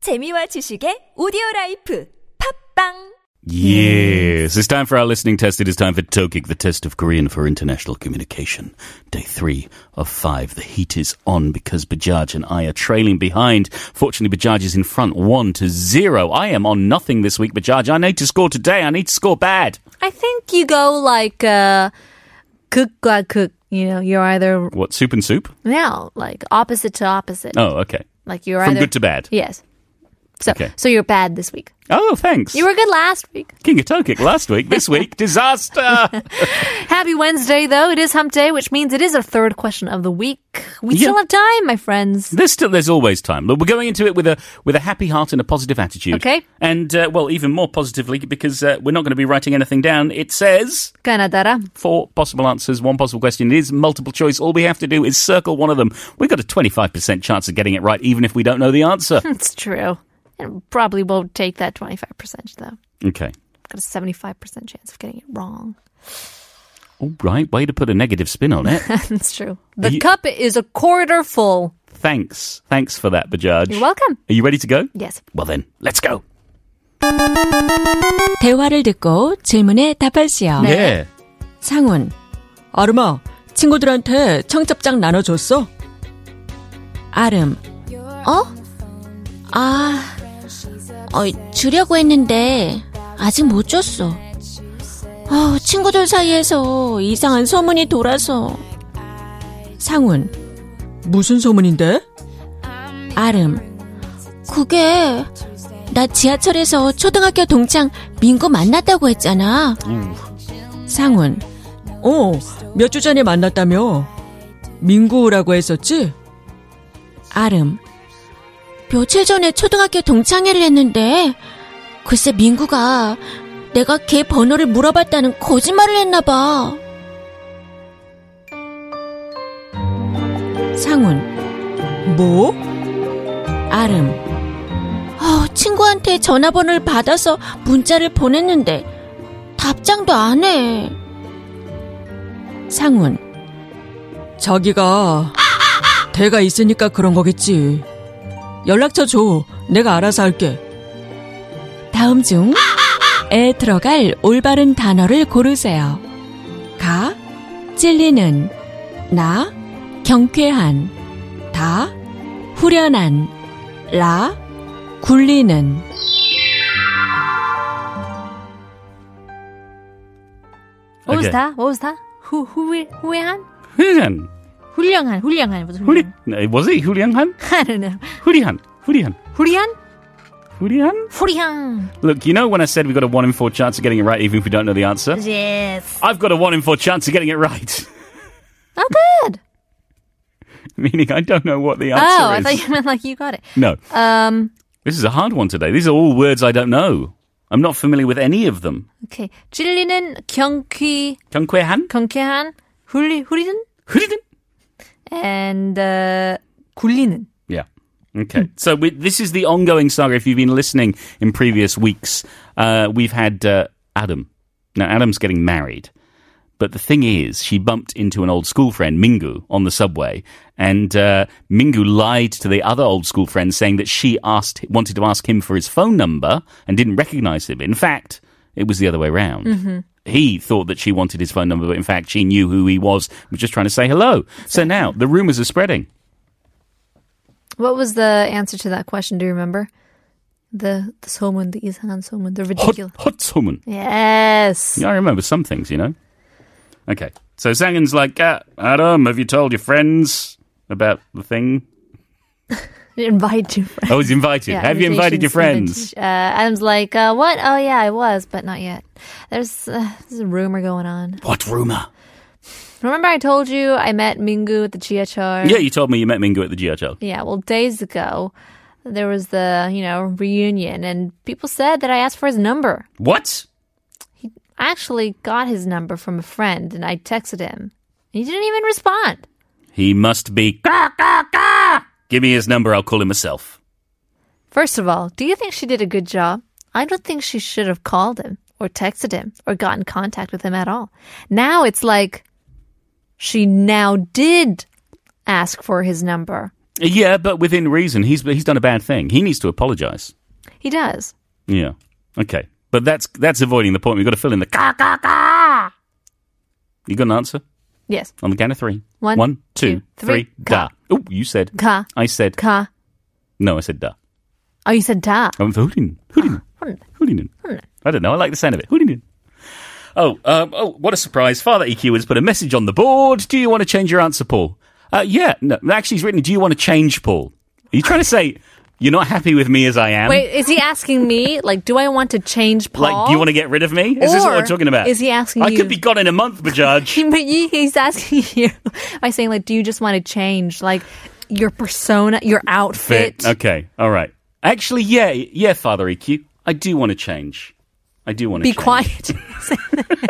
재미와 지식의 오디오 라이프 팝빵 Yes. It's time for our listening test. It is time for Tokik, the test of Korean for international communication. Day three of five. The heat is on because Bajaj and I are trailing behind. Fortunately, Bajaj is in front, one to zero. I am on nothing this week, Bajaj. I need to score today. I need to score bad. I think you go like uh, 극과 극. You know, you're either What, soup and soup? now like opposite to opposite. Oh, okay. Like you're From either good to bad. yes. So Okay. so you're bad this week. Oh, thanks. You were good last week. King of Tokik last week. This week, disaster. Happy Wednesday though. It is Hump Day, which means it is our third question of the week. We still Yeah. have time, my friends. There's still there's always time. Look, we're going into it with a with a happy heart and a positive attitude. Okay. And uh, well, even more positively because uh, we're not going to be writing anything down. It says Kanadara. four possible answers, one possible question. It is multiple choice. All we have to do is circle one of them. We've got a 25% chance of getting it right, even if we don't know the answer. It's true. And probably won't take that 25% though. okay. Got a 75% chance of getting it wrong. All right. Way to put a negative spin on it. It's true. The you- cup is a quarter full. Thanks. Thanks for that, Bajaj. You're welcome. Are you ready to go? Yes. Well then, let's go. 대화를 듣고 네. 질문에 답하시오. Yeah. 상훈. 아름아, 친구들한테 청첩장 나눠줬어? 아름. 어? 아, 어, 주려고 했는데, 아직 못 줬어. 어, 친구들 사이에서 이상한 소문이 돌아서. 상훈. 무슨 소문인데? 아름. 그게, 나 지하철에서 초등학교 동창 민구 만났다고 했잖아. 상훈. 어, 몇 주 전에 만났다며. 민구라고 했었지? 아름. 며칠 전에 초등학교 동창회를 했는데, 글쎄 민구가 내가 걔 번호를 물어봤다는 거짓말을 했나봐. 상훈. 뭐? 아름. 어, 친구한테 전화번호를 받아서 문자를 보냈는데, 답장도 안 해. 상훈. 자기가 대가 있으니까 그런 거겠지. 연락처 줘. 내가 알아서 할게. 다음 중 에 들어갈 올바른 단어를 고르세요. 가, 찔리는, 나, 경쾌한, 다, 후련한, 라, 굴리는. What was Okay. that? What was that? Who who we who we had? Julian. 훌륭한 훌륭한 무슨 Juli- 훌륭한? no, Was it Julian Han? I don't know. Julian. Julian. 후리한? Julian? 후리한. Look, you know when I said we've got a one in four chance of getting it right, even if we don't know the answer? Yes. I've got a one in four chance of getting it right. Oh, good. Meaning I don't know what the answer oh, I is. thought you meant like you got it. No. Um. This is a hard one today. These are all words I don't know. I'm not familiar with any of them. Okay. 찔리는 경쾌 경쾌한? 경쾌한 훌리 후리는 흐리든? and uh, 굴리는. Yeah. Okay. So we, this is the ongoing saga. If you've been listening in previous weeks, uh, we've had uh, Adam. Now, Adam's getting married. But the thing is, she bumped into an old school friend, Mingu, on the subway. And uh, Mingu lied to the other old school friend, saying that she asked, wanted to ask him for his phone number and didn't recognize him. In fact, it was the other way around. He thought that she wanted his phone number, but in fact, she knew who he was, was just trying to say hello. So now the rumors are spreading. What was the answer to that question? Do you remember? The the 소문, the 이상한 소문, the Hot, ridiculous. hot woman. Yes. Yeah, I remember some things, you know. Okay. So Zangin's like, uh, Adam, have you told your friends about the thing? Invite your friends. I was invited. Yeah, have you invited your invitations, friends? invita- Uh, Adam's like, uh, what? Oh yeah, I was, but not yet. There's, uh, there's a rumor going on. What rumor? Remember I told you I met Mingu at the GHR? Yeah, you told me you met Mingu at the GHL. Yeah, well, days ago, there was the, you know, reunion, and people said that I asked for his number. What? I actually got his number from a friend, and I texted him. He didn't even respond. He must be. Give me his number. I'll call him myself. First of all, do you think she did a good job? I don't think she should have called him, or texted him, or got in contact with him at all. Now it's like she now did ask for his number. Yeah, but within reason. He's he's done a bad thing. He needs to apologize. He does. Yeah. Okay. But that's that's avoiding the point. We've got to fill in the ka ka ka. You got an answer Yes. on the count of three. One, One, two, two, three, three, da. ka. Oh, you said. Ka. I said. Ka. No, I said da. Oh, you said da. I went for hoodin. Hoodin. Hoodin. I don't know. I like the sound of it. Hoodin. Oh, um, oh, what a surprise. Father EQ has put a message on the board. Do you want to change your answer, Paul? Uh, yeah. No, actually, he's written, do you want to change, Paul? Are you trying to say you're not happy with me as I am? Wait, is he asking me? Like, do I want to change Paul? Like, do you want to get rid of me? Is this what Or we're talking about? is he asking I you- could be gone in a month, Bajaj. He- but he- he's asking you by saying like, do you just want to change like your persona, your outfit? Okay. All right. Actually, yeah, yeah, Father EQ, I do want to change. I do want to Be change. quiet.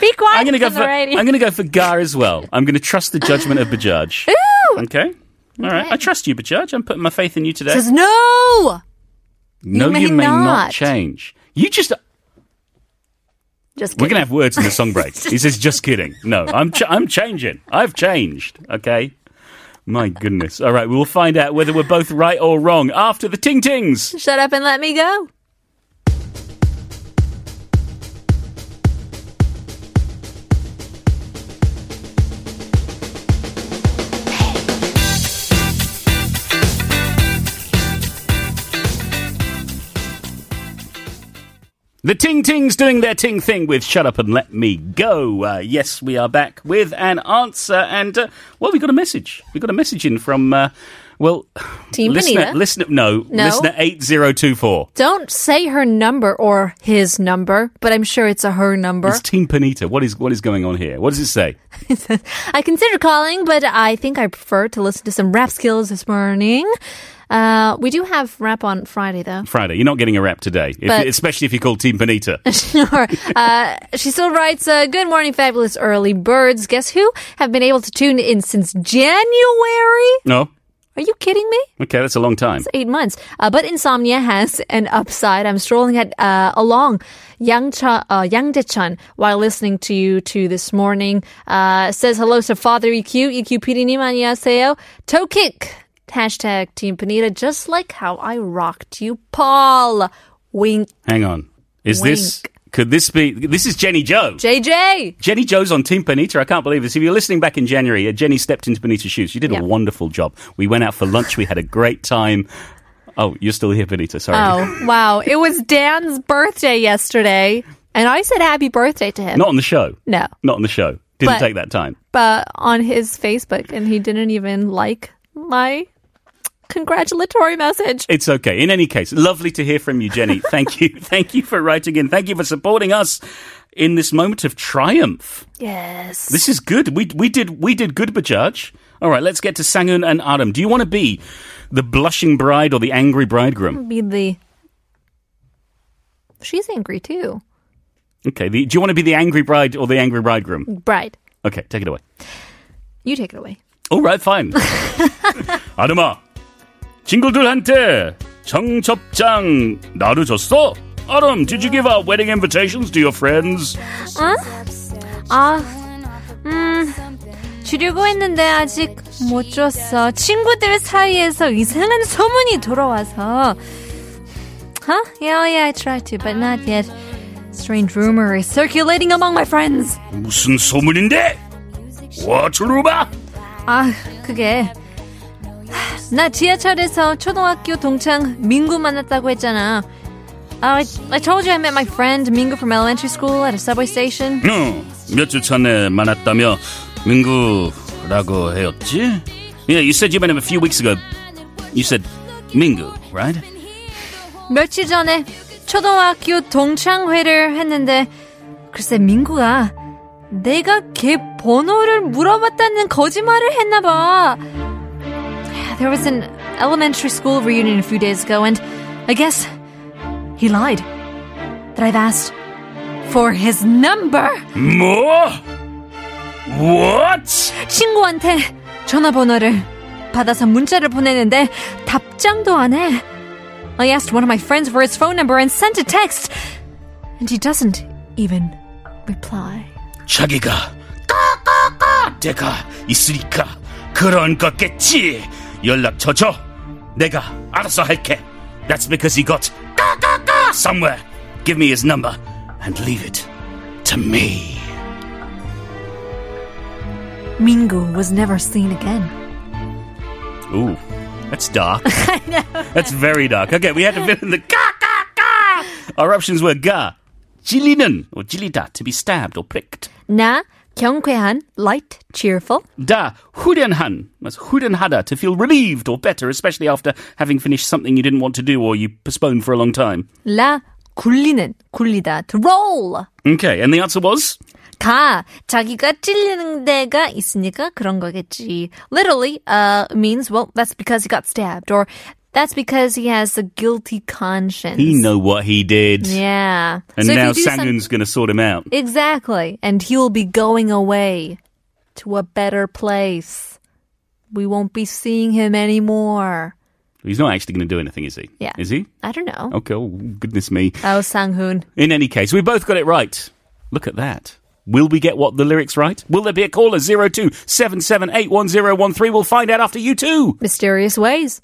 Be quiet. I'm gonna go on for the radio. I'm gonna go for Gar as well. I'm gonna trust the judgment of Bajaj. Okay. All right. I trust you, Bajaj. I'm putting my faith in you today. Says no. no, may you may not. not. change. You just. Just We're kidding. gonna have words in the song break. he says, "Just kidding." No, I'm ch- I'm changing. I've changed. Okay. My goodness. All right. We will find out whether we're both right or wrong after the ting tings. shut up and let me go. The Ting Ting's doing their Ting thing with Shut Up and Let Me Go. Uh, yes, we are back with an answer. And, uh, well, we got a message. We got a message in from, uh, well, Team listener, Benita. listener, no, No. listener 8024. Don't say her number or his number, but I'm sure it's a her number. It's Team Panita. What is, what is going on here? What does it say? I consider calling, but I think I prefer to listen to some rap skills this morning. Uh, we do have rap on Friday, though. Friday. You're not getting a rap today, if, But- especially if you call Team Panita. Or, uh, she still writes, uh, Good morning, fabulous early birds. Guess who have been able to tune in since January? no? Are you kidding me? Okay, that's a long time. Eight months. Uh, but insomnia has an upside. I'm strolling at, uh, along Yangcha, uh, Yangdechun while listening to you two this morning. Uh, says hello to Father E EQ, EQ PD님 안녕하세요. Toe kick. Hashtag Team Panita, just like how I rocked you, Paul. Wink, Hang on. Is this, could this be, this is Jenny Joe. JJ. Jenny Joe's on Team Bonita. I can't believe this. If you're listening back in January, uh, Jenny stepped into Bonita's shoes. She did Yeah. a wonderful job. We went out for lunch. We had a great time. Oh, you're still here, Bonita. Sorry. Oh, wow. It was Dan's birthday yesterday, and I said happy birthday to him. Not on the show. No. Not on the show. Didn't But- take that time. But on his Facebook, and he didn't even like my congratulatory message. It's okay. In any case, lovely to hear from you, Jenny. Thank you. Thank you for writing in. Thank you for supporting us in this moment of triumph. Yes. This is good. We we did we did good, Bajaj. All right, let's get to Sangun and Adam. Do you want to be the blushing bride or the angry bridegroom? be the. She's angry too. Okay. The, do you want to be the angry bride or the angry bridegroom? Bride, Okay, take it away. you take it away. All right, fine. 아름아, 친구들한테 청첩장 나도 줬어? Adam, did you give out wedding invitations to your friends? 아, 음, 주려고 했는데 아직 못 줬어. 친구들 사이에서 이상한 소문이 돌아와서. Huh? Yeah, yeah, I tried to, but not yet. Strange rumor is circulating among my friends. 무슨 소문인데? What rumor? 아, 그게. 나 지하철에서 초등학교 동창 민구 만났다고 했잖아. I, I told you I met my friend Mingu from elementary school at a subway station. 응, 몇주 전에 만났다며 민구라고 해였지? Yeah, you said you met him a few weeks ago. You said 민구, right? 며칠 전에 초등학교 동창회를 했는데 글쎄 민구가 내가 걔 번호를 물어봤다는 거짓말을 했나 봐. There was an elementary school reunion a few days ago and I guess he lied that I've asked for his number. 뭐? What? 친구한테 전화번호를 받아서 문자를 보내는데 답장도 안 해. I asked one of my friends for his phone number and sent a text, and he doesn't even reply. 자기가 까까까 대가 있으니까 그런 거겠지. 연락처 줘. 내가 알아서 할게. That's because he got somewhere. Give me his number and leave it to me. Mingo was never seen again. Ooh, that's dark. That's very dark. Okay, we had to fill in the ga ga ga. Our options were ga, jili는 or jilida to be stabbed or pricked. 나 경쾌한, light, cheerful. Da, hurenhan. That's hurenhada, to feel relieved or better, especially after having finished something you didn't want to do or you postponed for a long time. 라 굴리는, 굴리다, to roll. Okay, and the answer was? 가 자기가 찔리는 데가 있으니까 그런 거겠지. Literally uh, means well that's because he got stabbed or that's because he has a guilty conscience. He know what he did. Yeah. And So if now you do some- Sangun's going to sort him out. Exactly. And he will be going away to a better place. We won't be seeing him anymore. He's not actually going to do anything, is he? Yeah. Is he? I don't know. Okay, oh, goodness me. Oh, Sang-hoon. In any case, we both got it right. Look at that. Will we get what the lyrics right? Will there be a caller? 02 778 1013. We'll find out after you two. Mysterious ways.